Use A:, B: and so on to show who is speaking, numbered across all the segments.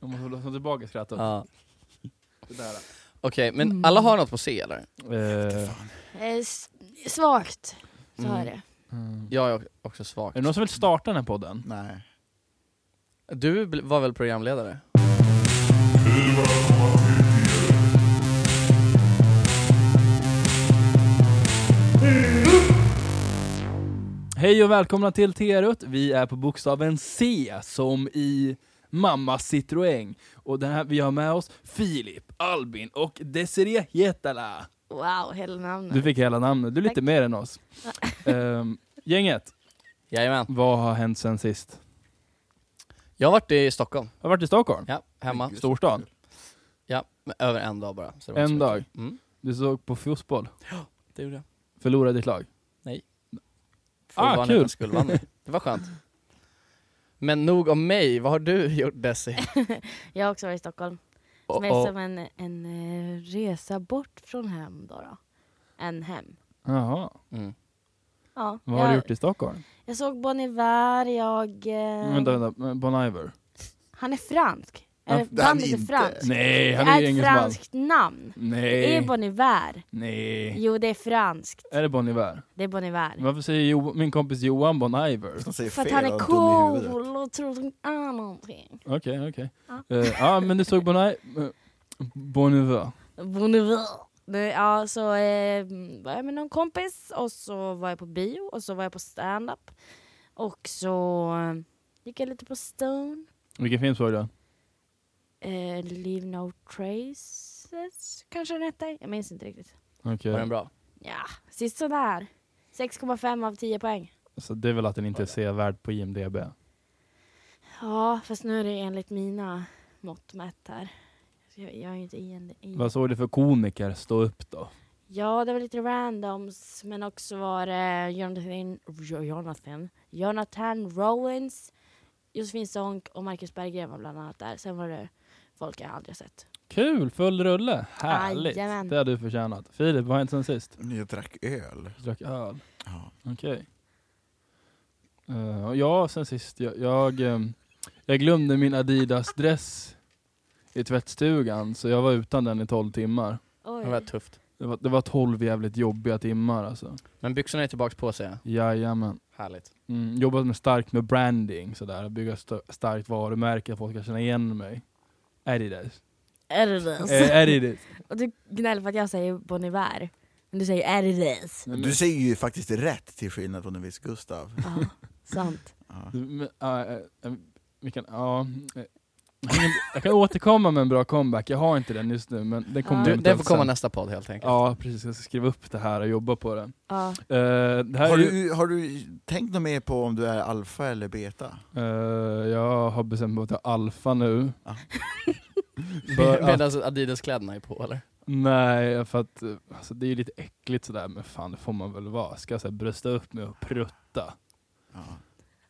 A: Om man håller tillbaka skrattet.
B: Ja.
A: Det där.
B: Okej, men
C: Mm.
B: alla har något på C eller?
A: Eh,
C: Eh, s- svagt, så
B: Mm.
C: har det.
A: mm.
B: Jag är också svag.
A: Är det någon som vill starta den här podden?
D: Nej.
B: Du bl- var väl programledare?
A: Hej och välkomna till Terut. Vi är på bokstaven C som i Mamma Citroën. Och den här, vi har med oss Filip, Albin och Desiree Hietala.
C: Wow, hela
A: Du
C: namnet.
A: fick hela namnet, du är lite
C: Tack.
A: mer än oss. Ehm, gänget,
B: Jajamän.
A: vad har hänt sen sist?
B: Jag har varit i Stockholm.
A: Jag har varit i Stockholm,
B: Ja, hemma.
D: Gud.
A: storstan.
B: Ja, men över en dag bara. så det var
A: En
B: inte så
A: dag?
B: mycket. Mm,
A: Du såg på fotboll,
B: det gjorde jag.
A: förlorade ditt lag.
B: För
A: Ah,
B: att vara
A: kul.
B: nära Skulle vann. Det var skönt. Men nog om mig, vad har du gjort Desi?
C: Jag har också varit i Stockholm. Som
B: Och-
C: är
B: och-
C: som en, en eh, resa bort från hem då. då. En hem.
A: Jaha,
B: Mm.
C: Ja,
A: vad har du
C: jag,
A: gjort i Stockholm?
C: jag såg Bon Iver, jag... Eh,
A: Vänta, vänta, Bon Iver?
C: Han är fransk.
A: Ja,
C: Eller
D: det är han
C: bandet är
D: inte.
C: franskt.
A: Nej,
C: Det
A: han är
C: är
A: ju
C: ett
A: engelsman. Eh.
C: franskt namn. Det är
A: Nej,
C: Bon Iver.
A: nej.
C: Jo, det är franskt.
A: Är det Bon Iver?
C: Det är Bon Iver.
A: Varför säger jo, min kompis Johan Bon Iver?
D: Han säger
C: För att
D: fel
C: han
D: och
C: är
D: dum i huvudet.
C: cool och tror att han är någonting.
A: Okej, okej.
C: Ja.
A: Eh, Ja, men du såg Bon Iver? eh, Bon Iver.
C: Bon Iver. Det- Ja, så eh, var jag med någon kompis och så var jag på bio och så var jag på stand-up. Och så eh, gick jag lite på Stone.
A: Vilken film såg du?
C: Eh, Leave No Traces kanske den hette. Jag minns inte riktigt.
A: Okej.
B: Var den bra?
C: Ja, sist sådär. 6,5 av 10 poäng.
A: Så det är väl att den inte är sevärd på IMDB.
C: Mm. Ja, fast nu är det enligt mina mått mätt här. Så Jag, jag är ju inte i en... I.
A: Vad såg du för komiker stå upp då?
C: Ja, det var lite randoms, men också var det Jonathan, Jo- Jonathan, Jonathan Rowlands, Josefin Sonck och Marcus Berggren var bland annat där. Sen var det folk jag aldrig har sett.
A: Kul, full rulle. Härligt.
C: Jajamän.
A: Det har du förtjänat. Filip, vad har hänt sen sist?
D: Jag drack öl.
A: Du drack öl.
D: Ja.
A: Okej. Eh, och ja, sen sist. Jag, jag, ehm, jag glömde min Adidas-dress i tvättstugan, så jag var utan den i 12 timmar.
C: Oj.
B: Det var tufft.
A: Det var, det var 12 jävligt jobbiga timmar alltså.
B: Men byxorna är tillbaks på sig.
A: Jajamän.
B: Härligt.
A: Mm, jobbat med starkt med branding, sådär. bygga st- starkt varumärke, att folk ska känna igen mig. Adidas.
C: Är det
B: Alltså.
C: det?
A: Eh, Adidas.
C: Och du gnäller för att jag säger Bon Iver, men du säger är det det?
A: Men-
D: Du säger ju faktiskt rätt till skillnad från en viss Gustav.
C: Ja, sant.
D: Ja.
A: Men, ja, eh, eh, vi kan, ja, eh, jag kan- jag kan återkomma med en bra comeback, jag har inte den just nu men den kommer
C: Ja.
B: Du, det
A: eventuellt
B: Ah. får komma
A: sen.
B: nästa podd helt enkelt.
A: Ja precis, jag ska skriva upp det här och jobba på det.
C: Ja.
A: Eh, det här
D: Har
A: är ju,
D: du, har du tänkt något mer på om du är alfa eller beta?
A: eh, jag har bestämt mig för att jag är alfa nu.
D: Ja.
A: för att,
B: Medan Adidas-kläderna är på eller?
A: nej, för att eh, alltså, det är ju lite äckligt sådär men fan det får man väl vara. Ska jag så här, brösta upp mig och prutta?
D: Ja.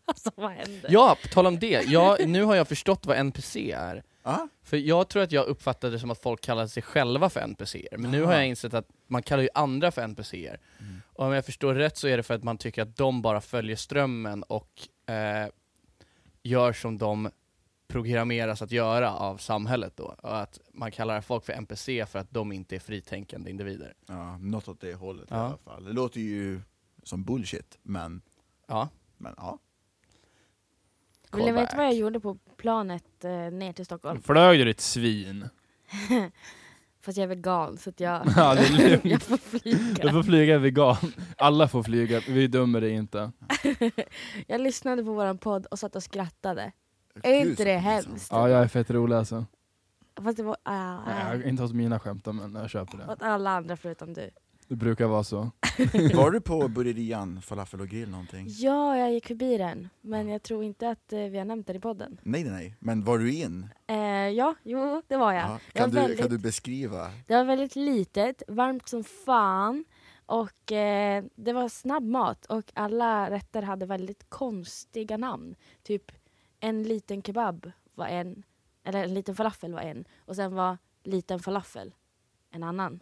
C: Alltså vad händer?
B: Ja, på tal om det. Jag, nu har jag förstått vad NPC är.
D: Ja.
B: För jag tror att jag uppfattade det som att folk kallade sig själva för NPCer, men nu har
D: Ah.
B: jag insett att man kallar ju andra för NPCer.
D: Mm.
B: Och om jag förstår rätt så är det för att man tycker att de bara följer strömmen och eh, gör som de programmeras att göra av samhället då. Och att man kallar folk för NPC för att de inte är fritänkande individer.
D: Ja, något åt det hållet
B: Ja.
D: i alla fall. Det låter ju som bullshit, men,
B: Ja,
D: men ja.
C: Vill ni
B: callback.
C: veta vad jag gjorde på planet eh, ner till Stockholm?
A: Flög du ditt svin?
C: Fast jag är vegan så att jag,
A: Ja, det är lugnt.
C: jag får
A: Du
C: flyga.
A: får flyga vegan. Alla får flyga, vi dömer dig inte.
C: Jag lyssnade på våran podd och satt och skrattade. Är
D: Gud,
C: inte
D: så
C: det
D: pinsamt.
C: hemskt?
A: Ja, jag är fett rolig alltså.
C: Fast det var... ah,
A: Nej, jag- inte hos mina skämt då, men jag köper det.
C: Åt alla andra förutom du.
A: Det brukar vara så.
D: Var du på Burgerian, falafel och grill någonting?
C: Ja, jag gick förbi den. Men jag tror inte att eh, vi har nämnt den i podden.
D: Nej, nej, nej. Men var du in?
C: Eh, ja, jo, det var jag.
D: Ja.
C: det, var
D: Kan, du,
C: väldigt,
D: kan du beskriva?
C: det var väldigt litet, varmt som fan. Och eh, det var snabbmat och alla rätter hade väldigt konstiga namn. Typ en liten kebab var en, eller en liten falafel var en. Och sen var liten falafel en annan.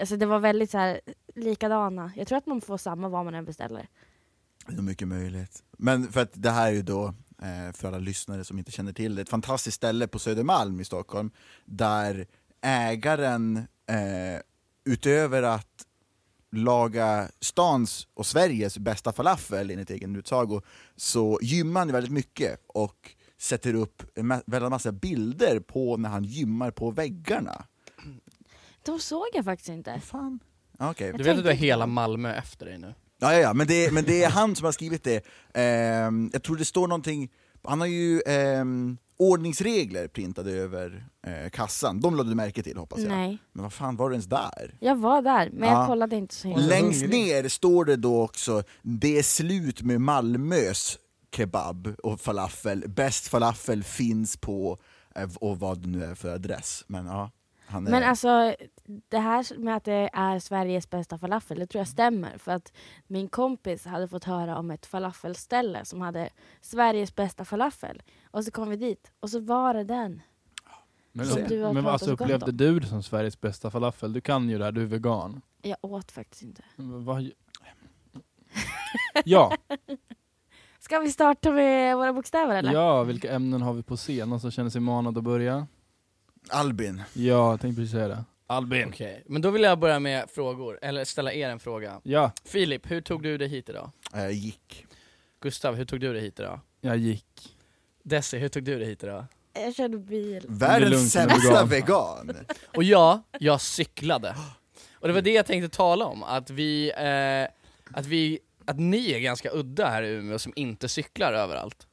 C: Alltså det var väldigt så här likadana. Jag tror att man får samma vad man än beställer.
D: Det är nog mycket möjligt. Men för att det här är ju då eh, eh, för alla lyssnare som inte känner till det. Ett fantastiskt ställe på Södermalm i Stockholm där ägaren, eh, utöver att laga stans och Sveriges bästa falafel enligt egen utsago, så gymmar han väldigt mycket och sätter upp en ma- väldigt massa bilder på när han gymmar på väggarna.
C: De såg jag faktiskt inte.
D: Vad fan? Ja, Okej.
B: Du vet att du har
C: tänkte-
B: hela Malmö efter dig nu.
D: Ja, ja, ja. Men, det, men det är han som har skrivit det. Ehm, jag tror det står någonting, han har ju ehm, ordningsregler printade över eh, kassan. De lade du märke till hoppas jag.
C: Nej.
D: Men vad fan var du ens där?
C: Jag var där, men
D: Ja.
C: jag kollade inte så himla.
D: Längst
A: hungrig.
D: ner står det då också, det är slut med Malmös kebab och falafel. Bäst falafel finns på, eh, och vad det nu är för adress. Men ja, han är...
C: Men alltså, det här med att det är Sveriges bästa falafel, det tror jag stämmer. För att min kompis hade fått höra om ett falafelställe som hade Sveriges bästa falafel. Och så kom vi dit, och så var det den.
A: Men,
D: Som
C: du har
A: men
C: pratat
A: alltså,
C: så gott
A: upplevde
C: om.
A: du det som Sveriges bästa falafel? Du kan ju det här, du är vegan.
C: Jag åt faktiskt inte.
A: Vad- Ja,
C: Ska vi starta med våra bokstäver eller?
A: ja, vilka ämnen har vi på scen? Någon som känner sig manad att börja?
D: Albin.
A: Ja, jag tänkte precis säga det. Albin.
B: Okej, men då vill jag börja med frågor, eller ställa er en fråga.
A: Ja,
B: Filip, hur tog du dig hit idag?
D: eh, gick.
B: Gustav, hur tog du dig hit idag?
A: jag gick.
B: Desi, hur tog du dig hit idag?
C: Jag körde bil.
D: Världens
A: lugnt, jag är
D: sämsta vegan.
B: Och ja, jag cyklade. Och det var det jag tänkte tala om, att vi, eh, att vi, att ni är ganska udda här i Umeå som inte cyklar överallt.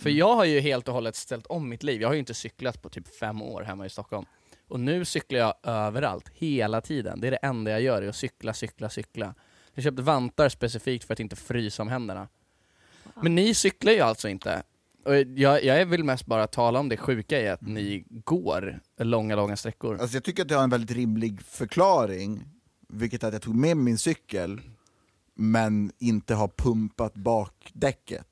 B: För jag har ju helt och hållet ställt om mitt liv, jag har ju inte cyklat på typ fem år hemma i Stockholm. Och nu cyklar jag överallt, hela tiden. Det är det enda jag gör, är att cykla, cykla, cykla. Jag köpte vantar specifikt för att inte frysa om händerna. Men ni cyklar ju alltså inte. Och jag, jag vill mest bara tala om det sjuka i att ni går långa, långa sträckor.
D: Alltså jag tycker att det har en väldigt rimlig förklaring, vilket är att jag tog med min cykel, men inte har pumpat bakdäcket.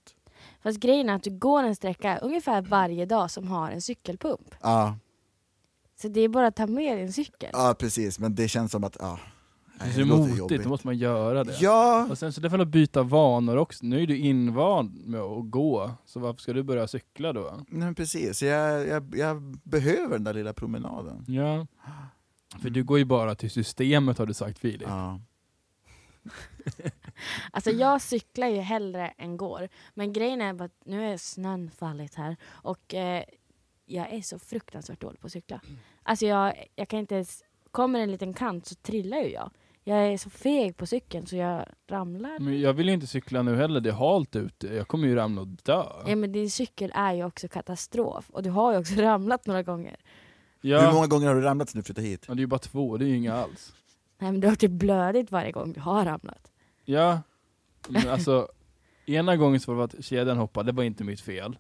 C: Fast grejen är att du går en sträcka ungefär varje dag som har en cykelpump.
D: Ja,
C: Så det är bara att ta med din cykel.
D: ja precis, men det känns som att, ja.
A: Det
D: Nej,
A: är så
D: låter
A: motigt, då måste man göra det.
D: Ja,
A: Och sen så det är väl att byta vanor också. Nu är du invand med att gå, så varför ska du börja cykla då?
D: nej, men precis. Jag, jag, jag behöver den där lilla promenaden.
A: Ja. För du går ju bara till systemet har du sagt Filip.
D: Ja.
C: Alltså jag cyklar ju hellre än går. Men grejen är bara att nu är snön fallit här och eh, jag är så fruktansvärt dålig på att cykla. Alltså jag, jag kan inte ens, kommer en liten kant så trillar ju jag. Jag är så feg på cykeln så jag ramlar.
A: Men jag vill ju inte cykla nu heller, det är halt ute. Jag kommer ju ramla och dö.
C: Ja men din cykel är ju också katastrof och du har ju också ramlat några gånger.
D: Hur
A: Ja.
D: många gånger har du ramlat sen du flyttade hit?
A: Ja, det är ju bara två, det är ju inga alls.
C: Nej men du har typ blödigt varje gång du har ramlat.
A: Ja, men alltså ena gången så var det att kedjan hoppade, det var inte mitt fel.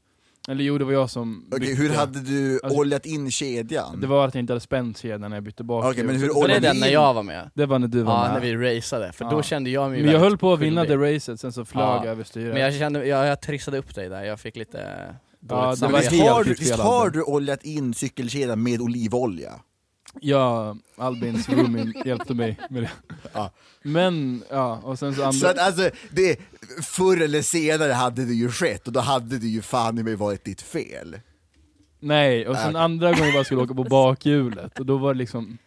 A: Eller jo, det var jag som
D: Okej,
A: bytte.
D: hur hade du
A: Alltså-
D: oljat in kedjan?
A: Det var att jag inte hade spänt kedjan när jag bytte bak.
D: Okej, men hur
B: Var det
D: Olle
B: den
D: Lin-
B: när jag var med?
A: Det var när du var
B: Ja, när
A: med.
B: vi raceade, för
A: Ja.
B: då kände jag mig
A: Men jag
B: väldigt
A: höll på att vinna
B: skyldig.
A: det racet, sen så flög
B: Ja,
A: jag över styret.
B: Men jag kände, jag, jag trissade upp dig där, jag fick lite dåligt
A: Ja, det
D: Men
A: var
D: visst,
B: samvete.
A: helt
D: har du,
A: ditt fel,
D: visst har
A: Albin.
D: du oljat in cykelkedjan med olivolja?
A: Ja, Albins roomie hjälpte mig med det.
D: Ja.
A: Men, ja, och sen så andra...
D: Så att alltså, det, förr eller senare hade det ju skett och då hade det ju fan i mig varit ditt fel.
A: Nej, och sen
D: Okej.
A: andra gången var jag skulle åka på bakhjulet, och då var det liksom...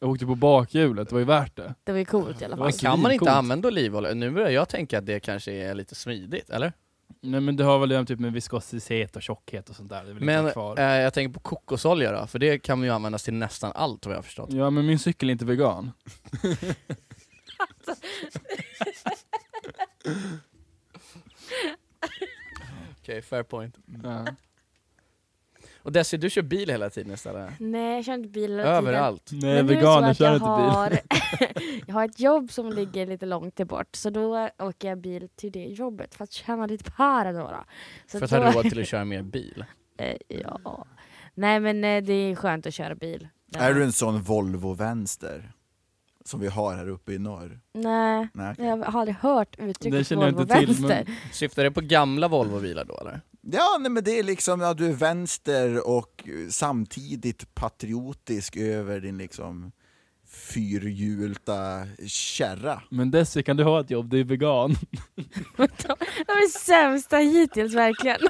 A: Jag åkte på bakhjulet, det var ju värt det.
C: Det var ju coolt i alla
A: Det var
C: fall.
A: så-
B: Kan man inte
A: Svincoolt.
B: använda olivolja? Nu börjar jag tänka att det kanske är lite smidigt, eller?
A: Nej men det har väl det typ med viskositet och tjockhet och sånt där, det är väl
B: Men
A: inte kvar.
B: eh, jag tänker på kokosolja då, för det kan ju användas till nästan allt vad jag har förstått.
A: Ja men min cykel är inte vegan.
B: Okej, fair point.
A: Ja.
B: Och Desi, du kör bil hela tiden istället?
C: Nej jag kör inte bil hela tiden.
B: Överallt.
A: Nej
C: Men nu är
A: Eh,
C: det så
A: veganer
C: att
A: kör
C: jag
A: inte bil.
C: har- jag har ett jobb som ligger lite långt till bort, så då åker jag bil till det jobbet för att tjäna lite para några. Så
B: För att
C: då-
B: ha råd till att köra mer bil.
C: Eh, ja. Nej men eh, det är skönt att köra bil. Ja.
D: Är du en sån Volvo-vänster? Som vi har här uppe i norr?
C: Nej,
D: Nej, okej.
C: jag har aldrig hört
A: Det
C: uttrycket
A: känner jag
C: Volvo
A: inte till, men-
C: vänster.
B: Syftar det på gamla Volvo-bilar då eller?
D: Ja, nej, men det är liksom, ja, du är vänster och eh, samtidigt patriotisk över din liksom fyrhjulta kärra.
A: Men Desi, kan du ha ett jobb? Du är vegan.
C: De är sämsta hittills verkligen.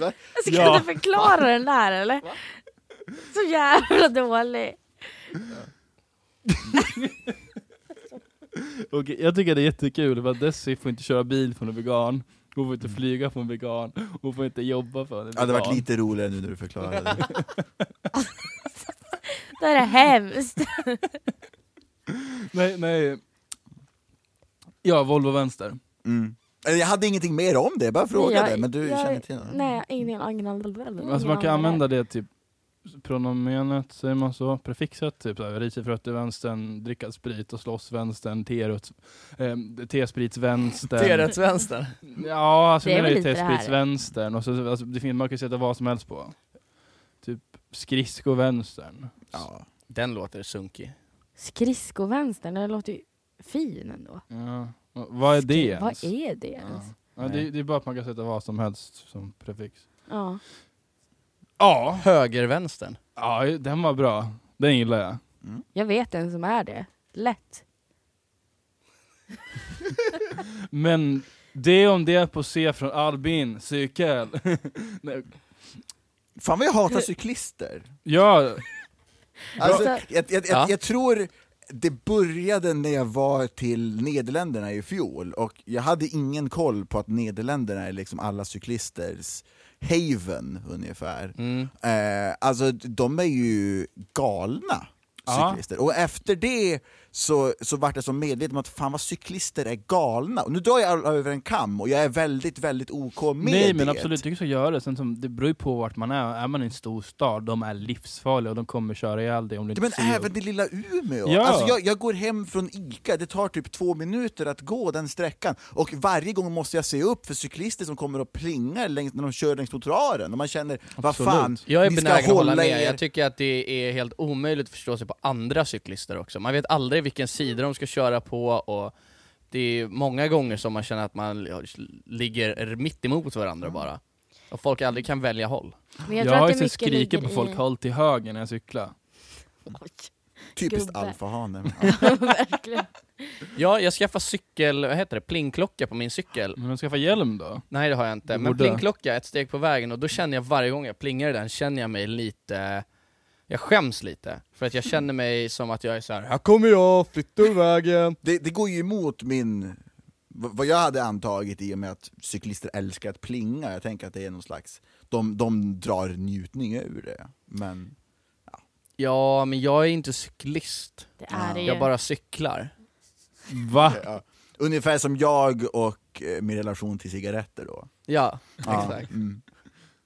D: Va?
C: Ska
A: Ja.
C: du förklara den där eller? Så jävla dålig.
A: Och jag tycker det är jättekul för att Desi får inte köra bil för hon är vegan. Hon får inte flyga för hon är vegan. Hon får inte jobba för hon är
D: Det hade
A: vegan.
D: varit lite roligare nu när du förklarade.
C: Det här är hemskt.
A: Nej, nej. Ja, Volvo vänster.
D: Mm. Eller Jag hade ingenting mer om det, jag bara frågade,
C: Jag-
D: men du
C: jag-
D: känner till det?
C: Nej, ingen aning.
A: Alltså man kan använda det typ pronomenet, säger man så? Prefixet, typ såhär, risifrötter vänstern, dricka sprit och slåss vänstern, teruts, eh, tesprits vänstern.
B: T-rättsvänstern.
A: Ja, alltså
C: Det är
A: jag menar ju
C: väl lite det här.
A: tesprits vänstern. Och så, alltså, det finns, man kan ju sätta vad som helst på. Typ skridsko-vänstern.
D: Ja.
B: Den låter sunkig.
C: Skridskovänstern, det låter ju fin ändå.
A: Ja. Och Vad är det
C: Skri-
A: ens?
C: Vad är det
A: Ja.
C: ens?
A: Ja, det, det är bara att man kan sätta vad som helst som prefix.
C: Ja.
A: Ja,
B: Högervänstern.
A: ja den var bra. Den gillar jag.
C: Jag vet en som är det. Lätt.
A: Men det om det på C från Albin, cykel. Nej,
D: Fan vad jag hatar cyklister.
A: ja,
D: Alltså, jag,
C: Alltså-
D: jag, jag,
B: Ja.
D: jag tror det började när jag var till Nederländerna i fjol, och jag hade ingen koll på att Nederländerna är liksom alla cyklisters haven ungefär.
B: Mm.
D: Eh, alltså de är ju galna
A: Ja.
D: cyklister. Och efter det så, så vart jag så medveten om att fan vad cyklister är galna. Och nu drar jag alla över en kam och jag är väldigt, väldigt OK med
A: nej
D: det.
A: men absolut, du ska göra det. Sen som, det beror ju på vart man är. Är man i en stor stad, de är livsfarliga och de kommer köra ihjäl dig om du
D: Ja,
A: inte
D: Men
A: ser
D: även det lilla Umeå!
A: Ja.
D: Alltså jag, jag går hem från ICA, det tar typ två minuter att gå den sträckan, och varje gång måste jag se upp för cyklister som kommer och plingar längs, när de kör längs trottoaren, och man känner vad
A: Absolut.
D: fan,
B: Jag är
D: ni ska
B: benägen att hålla
D: hålla
B: med,
D: er...
B: jag tycker att det är helt omöjligt att förstå sig på andra cyklister också. Man vet aldrig vilken sida de ska köra på och det är många gånger som man känner att man li- ligger mitt emot varandra bara. Och folk aldrig kan välja håll.
C: Men
A: Jag, jag
C: jag, tror
A: har
C: att
A: ju
C: det
A: sett
C: mycket
A: skriker på
C: ligger
A: folk,
C: i...
A: håll till höger när jag cyklar.
C: Oj,
D: Typiskt
C: Gubbe.
D: alfahane.
C: verkligen.
B: Ja, jag skaffade cykel, vad heter det, plingklocka på min cykel.
A: Men de skaffa hjälm då?
B: Nej det har jag inte,
A: Du
B: men
A: borde.
B: plingklocka ett steg på vägen och då känner jag varje gång jag plingar i den känner jag mig lite jag skäms lite, för att jag känner mig som att jag är så här. här kommer jag, flytta ur vägen!
D: Det, det går ju emot min, v- vad jag hade antagit i och med att cyklister älskar att plinga, jag tänker att det är någon slags, de, de drar njutning ur det. Men
B: Ja, men jag är inte cyklist.
C: Det är det ju.
B: Jag bara cyklar.
A: Va?
D: ja. ungefär som jag och eh, min relation till cigaretter då.
B: Ja,
D: Ja,
B: exakt.
D: Mm.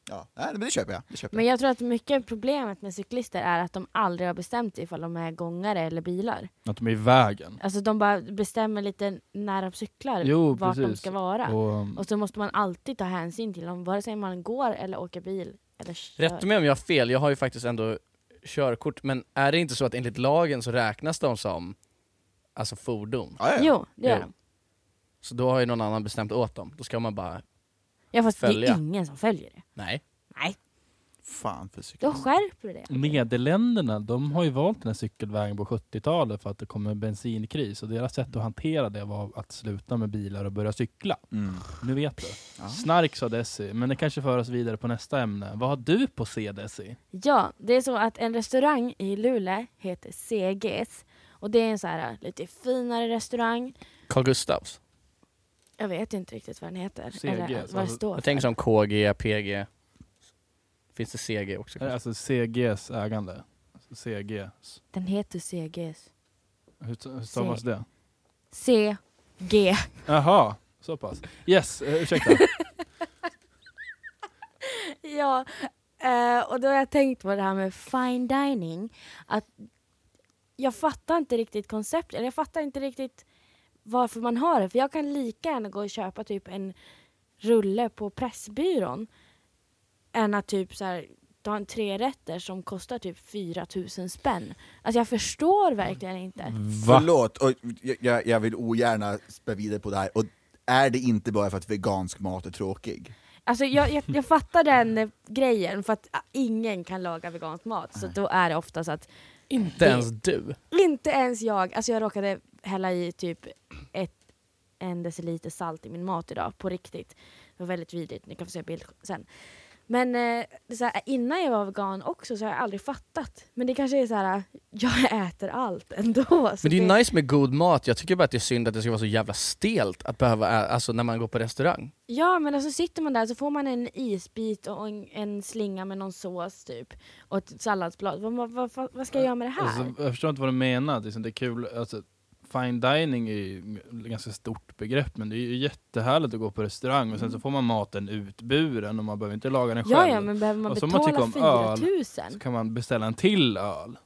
D: Ja, nej, men det köper jag. Det köper
C: Men
D: jag.
C: jag tror att mycket av problemet med cyklister är att de aldrig har bestämt sig ifall de är gångare eller bilar.
A: Att de är i vägen.
C: Alltså de bara bestämmer lite när de cyklar,
A: Jo,
C: vart de
A: precis.
C: ska vara. Och...
A: Och,
C: så måste man alltid ta hänsyn till dem, vare sig man går eller åker bil. Eller kör.
B: Rätta mig om jag har fel, jag har ju faktiskt ändå körkort, men är det inte så att enligt lagen så räknas de som alltså fordon?
D: Ja, ja.
C: Jo, det gör
B: Jo.
C: de.
B: Så då har ju någon annan bestämt åt dem. Då ska man bara,
C: Ja fast det
B: Följa.
C: är ingen som följer det.
B: nej.
C: Nej,
D: Fan för
C: då
D: cykel.
C: skärper du det.
A: mm, Nederländerna, de har ju valt den här cykelvägen på 70-talet för att det kom en bensinkris och deras sätt att hantera det var att sluta med bilar och börja cykla.
D: Mm.
A: Nu vet du.
D: Ja.
A: Snark sa Desi, men det kanske för oss vidare på nästa ämne. Vad har du på C Desi?
C: Ja, det är så att en restaurang i Luleå heter CGs. Och det är en så här äh, lite finare restaurang.
B: Carl Gustavs.
C: Jag vet inte riktigt vad den heter.
A: CGS,
C: eller äh, vad det
A: alltså-
C: står
B: Jag tänker
C: för.
B: som KG, PG. Finns det CG också? kanske?
A: Alltså CGs ägande. Alltså CGs.
C: Den heter CGs.
A: Hur, t- hur stavas
C: C.
A: det?
C: CG.
A: Jaha, så pass. Yes, eh, ursäkta.
C: Ja, eh, och då har jag tänkt på det här med fine dining. Att jag fattar inte riktigt konceptet, eller jag fattar inte riktigt varför man har det. För jag kan lika gärna gå och köpa typ en rulle på Pressbyrån än att typ så här, ta en trerätter som kostar typ 4000 spänn. Alltså jag förstår verkligen
B: Mm.
C: inte.
A: Va?
D: Förlåt, och jag- jag, jag vill ogärna spä vidare på det här. Och är det inte bara för att vegansk mat är tråkig?
C: Alltså jag, jag, jag fattar den eh, grejen för att ah, ingen kan laga vegansk mat. Så
D: Nej.
C: då är det ofta så att
B: Inte ens du.
C: inte ens jag, alltså jag råkade hälla i typ ett, en deciliter salt i min mat idag, på riktigt. Det var väldigt vidrigt, ni kan få se bild sen. Men eh, det är så här, innan jag var vegan också så har jag aldrig fattat. Men det kanske är så här, jag äter allt ändå. Så
B: Men det är
C: det-
B: ju nice med god mat, jag tycker bara att det är synd att det ska vara så jävla stelt att behöva ä- alltså när man går på restaurang.
C: Ja men alltså sitter man där så får man en isbit och en, en slinga med någon sås typ. Och ett salladsblad. Vad, vad, vad, vad ska jag göra med det här?
A: Alltså, jag förstår inte vad du menar. Det är, det är kul. Alltså, fine dining är ju ett ganska stort begrepp, men det är ju jättehärligt att gå på restaurang och sen så får man maten utburen och man behöver inte laga den
C: Mm. ja
A: själv.
C: ja men behöver man
A: Och så om man
C: betala
A: tycker om öl,
C: 4000?
A: Så kan man beställa en till öl.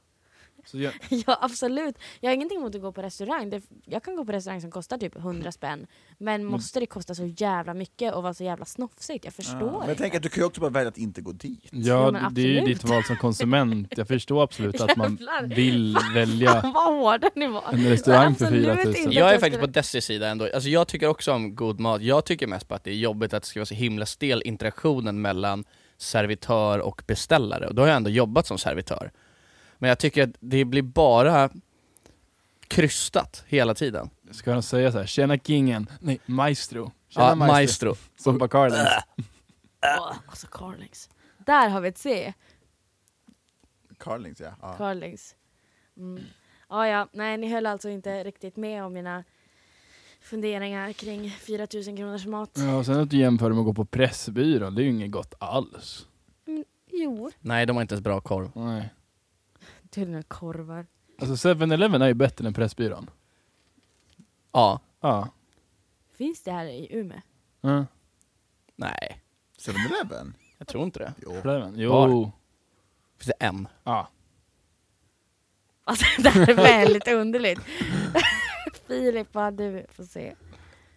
A: Så jag,
C: Ja absolut. Jag har ingenting emot att gå på restaurang. Det, jag kan gå på restaurang som kostar typ 100 spänn. Men
D: Mm.
C: måste det kosta så jävla mycket och vara så jävla snofsigt? Jag förstår
D: Men jag tänker att du kan ju också bara välja att inte gå dit.
A: ja,
C: Jo, men
A: det är ju
C: absolut.
A: ditt val som konsument. Jag förstår absolut att man
C: Jävlar.
A: vill välja
C: Fan vad hårda ni var.
A: en restaurang för
C: Absolut
A: 4 000.
C: inte.
B: Jag är
C: jag
B: faktiskt på
C: skulle-
B: Dessys sida ändå, alltså jag tycker också om god mat, jag tycker mest bara att det är jobbigt att det ska vara så himla stel interaktionen mellan servitör och beställare, och då har jag ändå jobbat som servitör. Men jag tycker att det blir bara krystat hela tiden.
A: Ska de säga så här, tjena kingen, nej maestro. Tjena
B: Ja,
A: maestro.
B: maestro.
A: Som Bacardi.
C: Åh, Alltså Carlings. Där har vi ett C.
D: Carlings ja. ja.
C: Carlings. Mm. Ja, ja, nej, ni höll alltså inte riktigt med om mina funderingar kring 4000 kronors mat.
D: Mm.
A: Ja, och sen att du jämför det med att gå på Pressbyrån, det är ju inget gott alls.
C: Jo,
B: Nej, de har inte ens bra korv.
A: Nej.
C: tydligen korvar.
A: Alltså 7-Eleven är ju bättre än Pressbyrån.
B: Ja.
A: Ja.
C: Finns det här i Umeå?
A: Mm.
B: Nej,
D: 7-Eleven?
B: jag tror inte det.
D: Jo.
A: Pressbyrån. Jo.
B: Var? Finns det en?
A: Ja.
C: Alltså det här är väldigt underligt. Filip, vad du får se.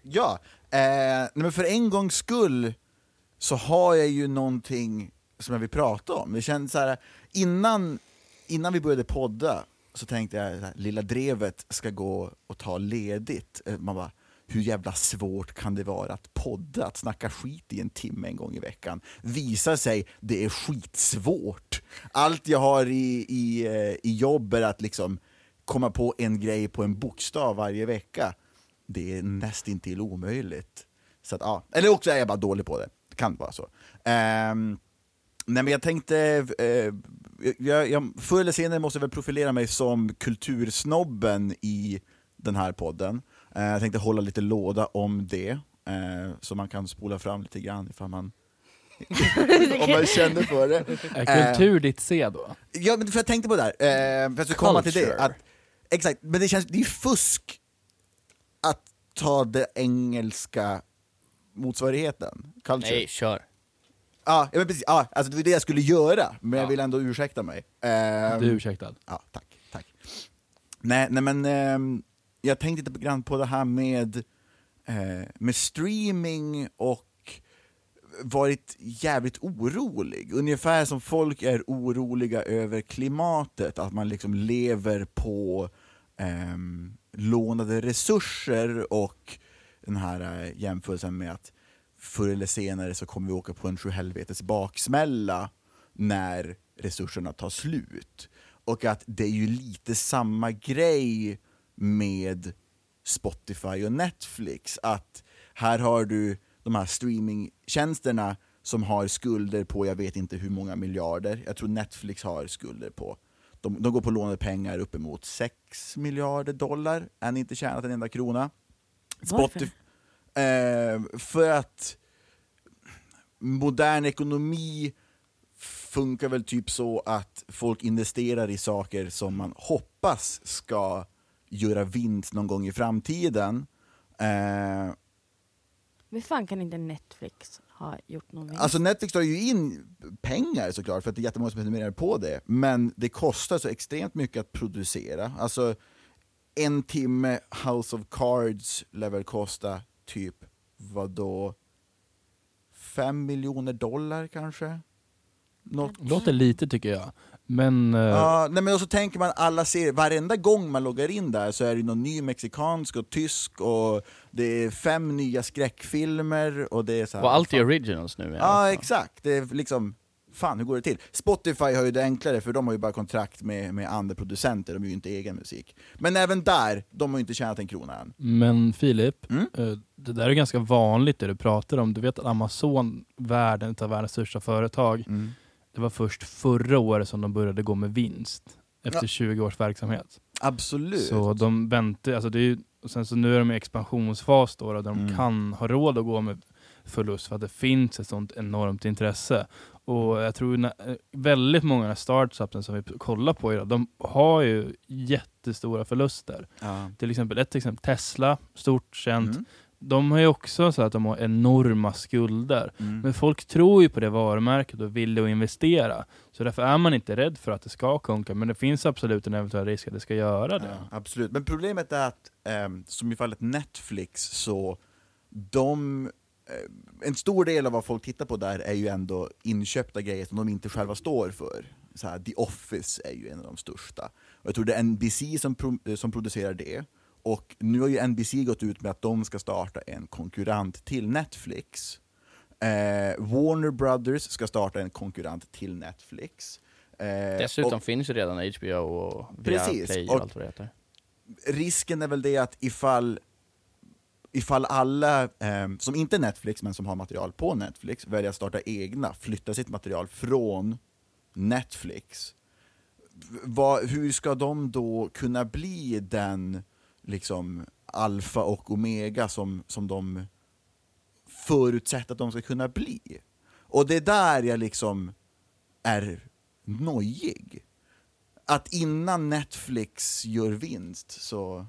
D: Ja, eh, nej, men för en gångs skull så har jag ju någonting som jag vill prata om. Det känns så här, innan, innan vi började podda så tänkte jag att lilla drevet ska gå och ta ledigt. Eh, Man bara, hur jävla svårt kan det vara att podda, att snacka skit i en timme en gång i veckan? Visar sig, det är skitsvårt. Allt jag har i, i, eh, i jobb är att liksom komma på en grej på en bokstav varje vecka det är nästintill omöjligt. Så att, ja. Eller också är jag bara dålig på det. Det kan vara så. Ehm, nej men jag tänkte, eh, jag, jag, förr eller senare måste jag väl profilera mig som kultursnobben i den här podden. Eh, jag tänkte hålla lite låda om det, eh, så man kan spola fram lite grann ifall man, om man känner för det.
A: Är kultur ditt C då?
D: Ja, men för jag tänkte på det där, eh, för att vi komma till det.
B: Culture.
D: Att, exakt, men det känns, det är ju fusk att ta det engelska motsvarigheten. Culture.
B: Nej, kör.
D: Ja, ja, men precis, ja, alltså det var det jag skulle göra, men
B: Ja.
D: jag vill ändå ursäkta mig. Ehm,
A: Du är ursäktad.
D: Ja, tack. tack. Nej, nej men ehm, jag tänkte lite grann på det här med, eh, med streaming och varit jävligt orolig. Ungefär som folk är oroliga över klimatet, att man liksom lever på ehm, lånade resurser och den här eh, jämförelsen med att förr eller senare så kommer vi åka på en sjuhelvetes baksmälla när resurserna tar slut. Och att det är ju lite samma grej med Spotify och Netflix. Att här har du de här streamingtjänsterna som har skulder på jag vet inte hur många miljarder. Jag tror Netflix har skulder på. De, de går på lånade pengar uppemot 6 miljarder dollar. Än inte tjänat en enda krona.
C: Varför?
D: eh, för att modern ekonomi funkar väl typ så att folk investerar i saker som man hoppas ska göra vinst någon gång i framtiden. Eh,
C: Men fan kan inte Netflix ha gjort någon vinst?
D: Alltså Netflix drar ju in pengar såklart, för att det är jättemånga som prenumererar på det. Men det kostar så extremt mycket att producera. Alltså en timme House of Cards lär väl kosta typ, vadå, fem miljoner dollar kanske? något.
A: Låter lite tycker jag. Men eh,
D: Ja, nej men och så tänker man alla serier, varenda gång man loggar in där så är det ju någon ny mexikansk och tysk och det är fem nya skräckfilmer och det är så här,
B: Och allt är alltså. originals nu i alla
D: Ja,
B: fall.
D: exakt. Det är liksom, fan hur går det till? Spotify har ju det enklare för de har ju bara kontrakt med, med andra producenter, de är ju inte egen musik. Men även där, de har ju inte tjänat en krona än.
A: Men Filip,
D: Mm.
A: eh, det där är ganska vanligt det du pratar om. Du vet att Amazon, världen av världens största företag,
B: Mm.
A: det var först förra året som de började gå med vinst efter
D: Ja.
A: 20 års verksamhet.
D: Absolut.
A: Så de väntar, alltså det är ju, och sen så nu är de i expansionsfas då, då där de
D: Mm.
A: kan ha råd att gå med förlust för att det finns ett sånt enormt intresse. Och jag tror när, eh, väldigt många av de här startupsen som vi kollar på idag, de har ju jättestora förluster.
D: Ja.
A: Till exempel ett exempel, Tesla, stort känt.
D: Mm.
A: De har ju också så att de har enorma skulder.
D: Mm.
A: Men folk tror ju på det varumärket och vill att investera. Så därför är man inte rädd för att det ska sjunka. Men det finns absolut en eventuell risk att det ska göra det.
D: Ja, absolut, men problemet är att ehm, som i fallet Netflix så de eh, en stor del av vad folk tittar på där är ju ändå inköpta grejer som de inte själva står för. Så här, The Office är ju en av de största. Och jag tror det är NBC som, pro eh, som producerar det. Och nu har ju NBC gått ut med att de ska starta en konkurrent till Netflix. Eh, Warner Brothers ska starta en konkurrent till Netflix. Eh,
B: Dessutom
D: och-
B: finns ju redan HBO och
D: Precis,
B: Viaplay och,
D: och-
B: allt vad det heter.
D: risken är väl det att ifall, ifall alla, eh, som inte är Netflix men som har material på Netflix, väljer att starta egna, flytta sitt material från Netflix, v- vad, hur ska de då kunna bli den liksom alfa och omega som, som de förutsätter att de ska kunna bli? Och det är där jag liksom är nojig att innan Netflix gör vinst så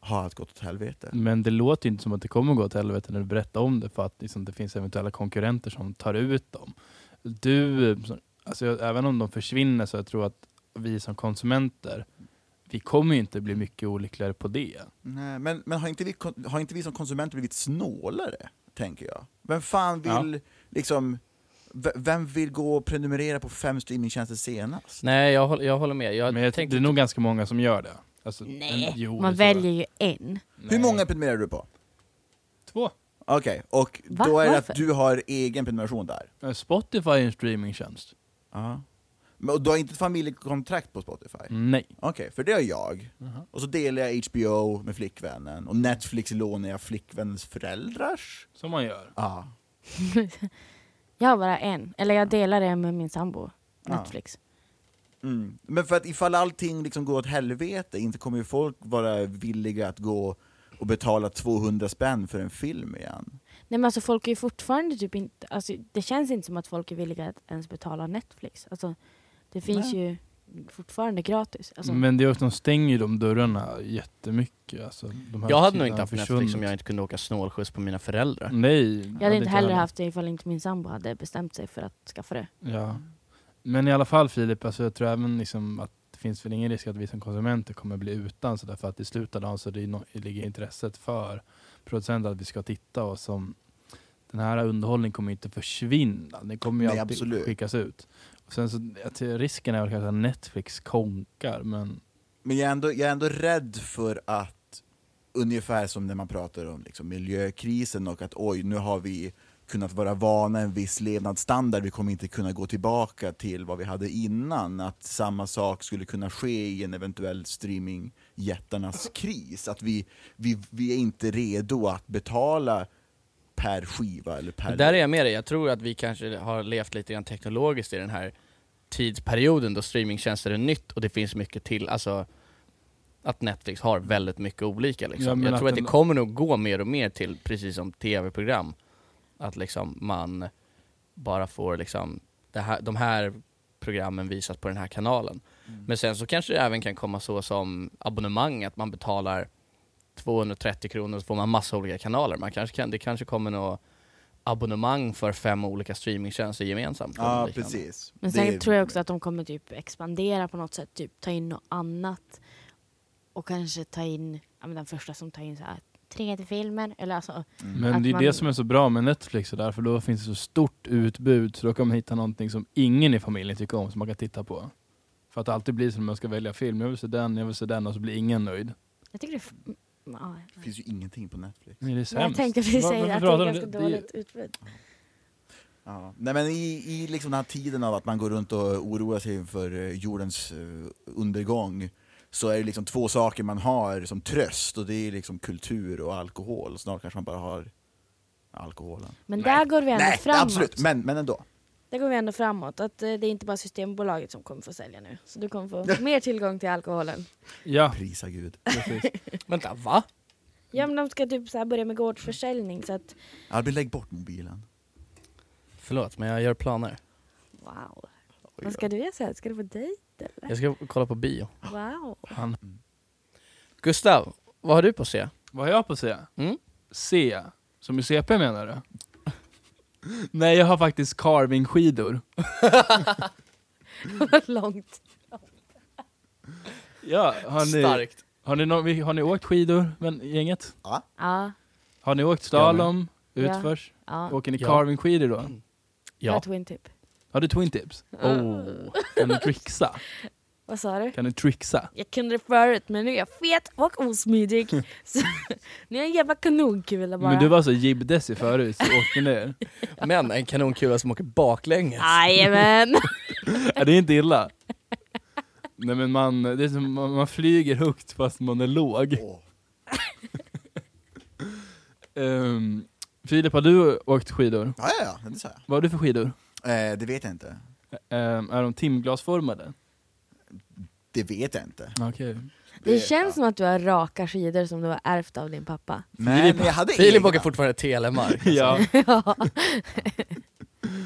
D: har allt gått åt helvete.
A: Men det låter ju inte som att det kommer gå åt helvete när du berättar om det. För att liksom, det finns eventuella konkurrenter som tar ut dem. Du, alltså, jag- även om de försvinner så jag tror att vi som konsumenter, vi kommer ju inte bli mycket olyckligare på det.
D: Nej, men men har, inte vi, kon- har inte vi som konsumenter blivit snålare, tänker jag? Vem fan vill, liksom, v- vem vill gå och prenumerera på fem streamingtjänster senast?
B: Nej, jag, håller- jag håller med. Jag
A: Men jag,
B: tänkte,
A: det är nog ganska många som gör det. Alltså,
C: Nej,
A: jo, det
C: man
A: tror jag.
C: väljer ju en.
A: Nej.
D: Hur många prenumererar du på?
A: Två.
D: Okej, och
C: Va?
D: då är det
C: Varför?
D: att du har egen prenumeration där?
A: Men Eh, Spotify är en streamingtjänst.
D: Men, och du har inte ett familjekontrakt på Spotify?
A: Nej.
D: Okej, för det har jag. Och så delar jag HBO med flickvännen, och Netflix lånar jag flickvännens föräldrars.
A: Som man gör.
D: Ja.
C: Jag har bara en. Eller jag delar det med min sambo.
D: Ja.
C: Netflix.
D: Mm. Men för att ifall allting liksom går åt helvete, inte kommer ju folk vara villiga att gå och betala 200 spänn för en film igen.
C: Nej men alltså folk är ju fortfarande typ inte... Alltså, det känns inte som att folk är villiga att ens betala Netflix. Alltså, det finns ju fortfarande gratis. Alltså,
A: Men det är också, de stänger ju de dörrarna jättemycket. Alltså, de här
B: jag hade nog
A: sidorna
B: inte haft Netflix om jag inte kunde åka snålskjuts på mina föräldrar.
A: Nej.
C: jag hade inte heller haft det ifall inte min sambo hade bestämt sig för att skaffa det.
A: Ja. Men i alla fall Filip, alltså, jag tror även liksom att det finns väl ingen risk att vi som konsumenter kommer bli utan. Så därför att i slutet av dagen så det är no- ligger intresset för producenten att vi ska titta och som den här underhållningen kommer ju inte försvinna. Den kommer ju
D: Nej,
A: alltid
D: absolut.
A: skickas ut. Och sen så, jag tror risken är väl kanske att Netflix konkar, men
D: Men jag är ändå, jag är ändå rädd för att, ungefär som när man pratar om liksom miljökrisen och att oj, nu har vi kunnat vara vana en viss levnadsstandard, vi kommer inte kunna gå tillbaka till vad vi hade innan. Att samma sak skulle kunna ske i en eventuell streamingjättarnas kris. Att vi, vi, vi är inte redo att betala per skiva eller per...
B: Där är jag med dig, jag tror att vi kanske har levt lite grann teknologiskt i den här tidsperioden då streamingtjänster är nytt och det finns mycket till, alltså att Netflix har väldigt mycket olika
A: Ja,
B: liksom.
A: men
B: Jag
A: att
B: tror att det
A: den-
B: kommer nog gå mer och mer till, precis som tv-program, att liksom man bara får liksom, det här, de här programmen visas på den här kanalen. Men sen så kanske det även kan komma så som abonnemang, att man betalar 230 kronor och så får man massa olika kanaler. Man kanske kan, det kanske kommer något abonnemang för fem olika streamingtjänster gemensamt. eller
D: Ja,
B: liknande.
D: precis.
C: Men
D: Det
C: sen
D: är-
C: tror jag också att de kommer typ expandera på något sätt, typ ta in något annat och kanske ta in, ja men den första som tar in så här 3D-filmer. Eller alltså,
A: Men
D: Mm.
C: Att
A: det är
C: man-
A: det som är så bra med Netflix och där, för då finns det så stort utbud så då kan man hitta någonting som ingen i familjen tycker om som man kan titta på. För att det alltid blir så när man ska välja film, jag vill se den, jag vill se den och så blir ingen nöjd.
C: jag tycker det är... f- mm, Ja,
D: Det finns ju ingenting på Netflix.
A: Nej, det är
C: Men jag
A: sämst.
C: tänkte precis
A: Var-
C: säga att
A: varför
C: det
A: pratar
C: är
A: du om
C: ganska dåligt utbud.
D: Ja. Nej, men i, I liksom den här tiden av att man går runt och oroar sig för eh, jordens eh, undergång så är det liksom två saker man har som tröst och det är liksom kultur och alkohol. Snart kanske man bara har alkoholen.
C: Men
B: Nej.
C: där går vi ändå
D: Nej,
C: framåt.
D: absolut, men, men ändå.
C: Där går vi ändå framåt. Att eh, det är inte bara Systembolaget som kommer få sälja nu. Så du kommer få mer tillgång till alkoholen.
A: Ja,
D: Prisa Gud.
A: precis.
B: Vänta, va?
C: Ja men de ska typ så här börja med gårdsförsäljning så att
D: Albin, lägg bort mobilen.
B: Förlåt, men jag gör planer.
C: wow. Vad ska du göra sen? Ska du på dejt eller?
B: Jag ska kolla på bio.
C: Wow.
A: Han.
B: Gustav, vad har du på C?
A: Vad har jag på att säga?
B: Mm?
A: C, som i CP menar du? Nej, jag har faktiskt carvingskidor.
C: Vad långt.
A: Ja, har ni,
B: Starkt.
A: har, ni någon, har ni åkt skidor, men, gänget?
C: Ja.
A: Har ni åkt slalom,
C: Ja.
A: utförs?
C: Ja.
A: Åker ni
B: Ja.
A: carvingskidor då?
C: Jag har
B: Ja.
C: twin tip.
A: Har du twin tips? Oh, kan du trixa?
C: Vad sa du?
A: Kan du trixa?
C: Jag kunde det förut men nu är jag fet och osmidig. Så, nu är jag en jävla kanonkula bara.
A: Men du var så jibbdessig förut, så åkte ner.
B: Men en kanonkula som åker baklänges.
C: Jajamän!
A: Är det är inte illa? Nej men man, det är som, man, man flyger högt fast man är låg.
D: Åh.
A: Ehm, Filip, har du åkt skidor?
D: Ja, ja, ja, det sa jag.
A: Vad har du för skidor?
D: Eh, det vet jag inte.
A: Ehm, är de timglasformade?
D: Det vet jag inte.
A: Okej.
C: Det känns som att du har raka skidor som du har ärvt av din pappa.
D: Nej, men jag hade
B: Filip
D: egna.
B: åker fortfarande telemark.
A: Ja.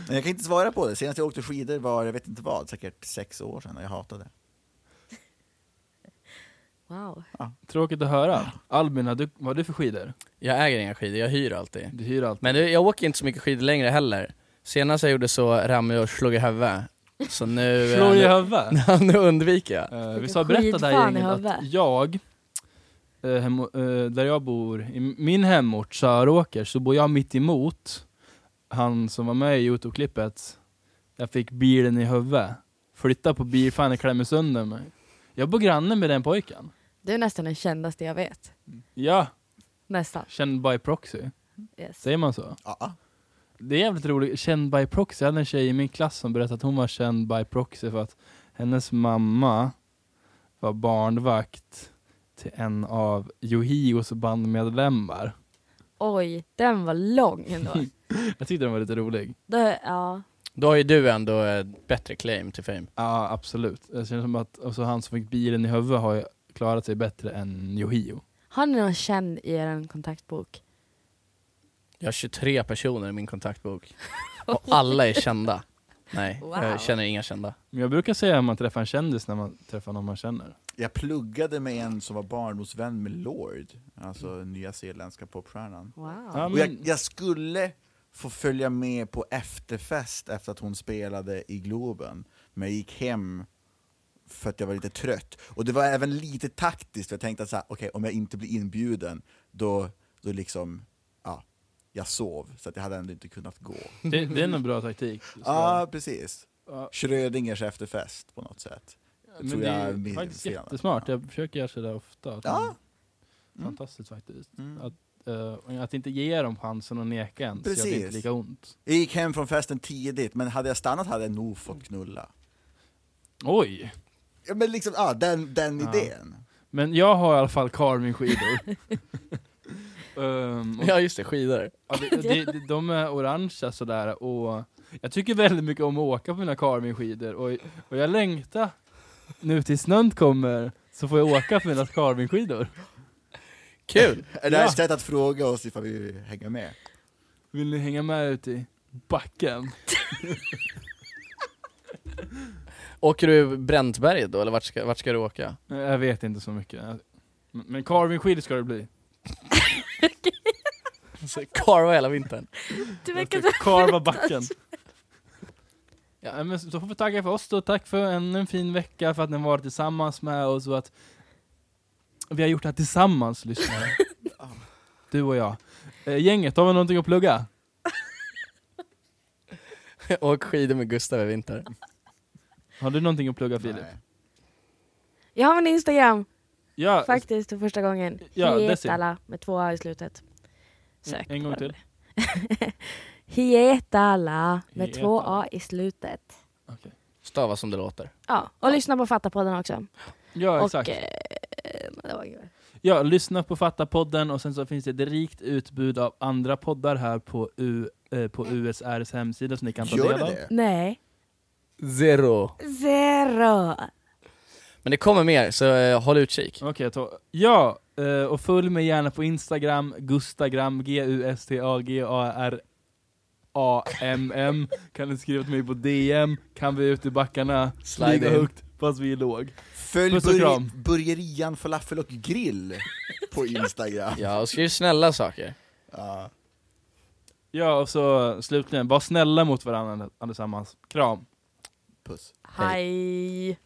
D: Men jag kan inte svara på det. Senast jag åkte skidor var, jag vet inte vad, säkert sex år sedan och jag hatade det.
C: Wow.
A: Tråkigt att höra. Albin, har du, vad har du för skidor?
B: Jag äger inga skidor, jag hyr alltid.
A: Du hyr allt.
B: Men det, jag åker inte så mycket skidor längre heller. Senast jag gjorde så ramlade jag och slog i huvudet. Så nu,
A: Slå i
B: nu,
A: huvudet.
B: nu undviker jag.
A: Eh, vi
C: Vilken
A: ska berätta det här
C: skitfan i
A: gänget
C: huvudet.
A: att jag, eh, hemma- eh, där jag bor, i m- min hemort Söråker, så bor jag mitt emot han som var med i Youtube-klippet. Jag fick bilen i huvudet. Flytta på bil, fan jag klämmer sönder mig. Jag bor granne med den pojken.
C: Du är nästan den kändaste jag vet.
A: Ja,
C: Nästan.
A: känd by proxy.
C: Yes.
A: Säger man så?
D: Ja, ja.
A: Det är jävligt roligt. Känd by proxy. Jag hade en tjej i min klass som berättade att hon var känd by proxy för att hennes mamma var barnvakt till en av Yohios bandmedlemmar.
C: Oj, den var lång ändå.
A: Jag tyckte den var lite rolig.
C: Då, ja.
B: Då har ju du ändå ett bättre claim till fame.
A: Ja, absolut. Det känns som att och så han som fick bilen i huvudet har ju klarat sig bättre än Yohio.
C: Har ni någon känd i er kontaktbok?
B: Jag har 23 personer i min kontaktbok. Och alla är kända. Nej,
C: Wow.
B: jag känner inga kända.
A: Men jag brukar säga att man träffar en kändis när man träffar någon man känner.
D: Jag pluggade med en som var barndomsvän med Lord, alltså nya zeeländska popstjärnan.
C: Wow.
A: Ja,
D: Och jag,
A: men,
D: jag skulle få följa med på efterfest efter att hon spelade i Globen, men jag gick hem för att jag var lite trött. Och det var även lite taktiskt, för jag tänkte att så här, okej, om jag inte blir inbjuden, då, då liksom, ja, jag sov, så att jag hade ändå inte kunnat gå.
A: det, det är en bra taktik. Så-
D: Ja, precis.
A: Ja.
D: Schrödingers efterfest på något sätt.
A: Men
D: tror
A: det
D: jag
A: är
D: minns
A: faktiskt
D: fel.
A: jättesmart. Jag försöker göra sådär ofta. Att
D: Ja.
A: man-
D: Mm.
A: Fantastiskt faktiskt.
D: Mm.
A: Att, eh, att inte ge dem chansen att neka ens gör det
D: Precis.
A: inte lika ont.
D: Jag gick hem från festen tidigt, men hade jag stannat hade jag nog fått knulla.
A: Oj!
D: Ja, men liksom, ah, den, den
A: Ja.
D: idén.
A: Men jag har i alla fall Carving-skidor. Ehm, och-
B: Ja just det, skidor.
A: ja, det- det- det- de är orangea sådär och jag tycker väldigt mycket om att åka på mina Carving-skidor och, och jag längtar nu tills snön kommer så får jag åka på mina Carving-skidor.
B: Kul!
D: Är det här
A: Ja.
D: ett sätt att fråga oss ifall vi vill hänga med?
A: Vill ni hänga med ut i backen?
B: Åker du Bräntberget då eller vart ska, vart ska du åka?
A: Eh, Jag vet inte så mycket. Men- Men Carving-skidor ska det bli.
B: Så Carva Alltså, hela vintern.
C: Du
A: Jag
C: verkar
A: ska karva backen. Ja, men så får vi tacka för oss då. Tack för ännu en fin vecka, för att ni har varit tillsammans med oss och att vi har gjort det här tillsammans, lyssnare. Du och jag. Eh, Gänget, har vi någonting att plugga?
B: Åk skidor med Gustav i vinter.
A: Har du någonting att plugga Filip?
D: Nej.
C: Jag har en Instagram
A: Ja,
C: faktiskt för första gången.
A: Ja, Desi.
C: Hietala med två A i slutet. Sök
A: en
C: på
A: gång
C: den.
A: till.
C: Hietala med två
A: Hietala.
C: A i slutet.
B: Stava som det låter.
C: Ja, och lyssna på Fatta-podden också.
A: ja
C: och,
A: exakt.
C: eh, det var inget.
A: Ja, lyssna på Fatta-podden och sen så finns det ett rikt utbud av andra poddar här på, U, eh, på USRs hemsida som ni kan ta
D: Gör
A: del
D: det
A: av.
D: det?
C: Nej.
B: Zero.
C: Zero.
B: Men det kommer mer, så eh, håll utkik.
A: Okej, jag tar- ja, eh, och följ mig gärna på Instagram, Gustagram, G-U-S-T-A-G-A-R-A-M-M. Kan ni skriva till mig på DM, kan vi ut i backarna,
B: Slide
A: flyga
B: in.
A: högt fast vi är låg.
D: Följ
A: Puss och kram.
D: burger, Burgerian falafel och grill på Instagram.
B: Ja, och skriv snälla saker.
D: Ja.
A: Ja, och så slutligen, var snälla mot varandra allesammans. Kram.
D: Puss.
C: Hej.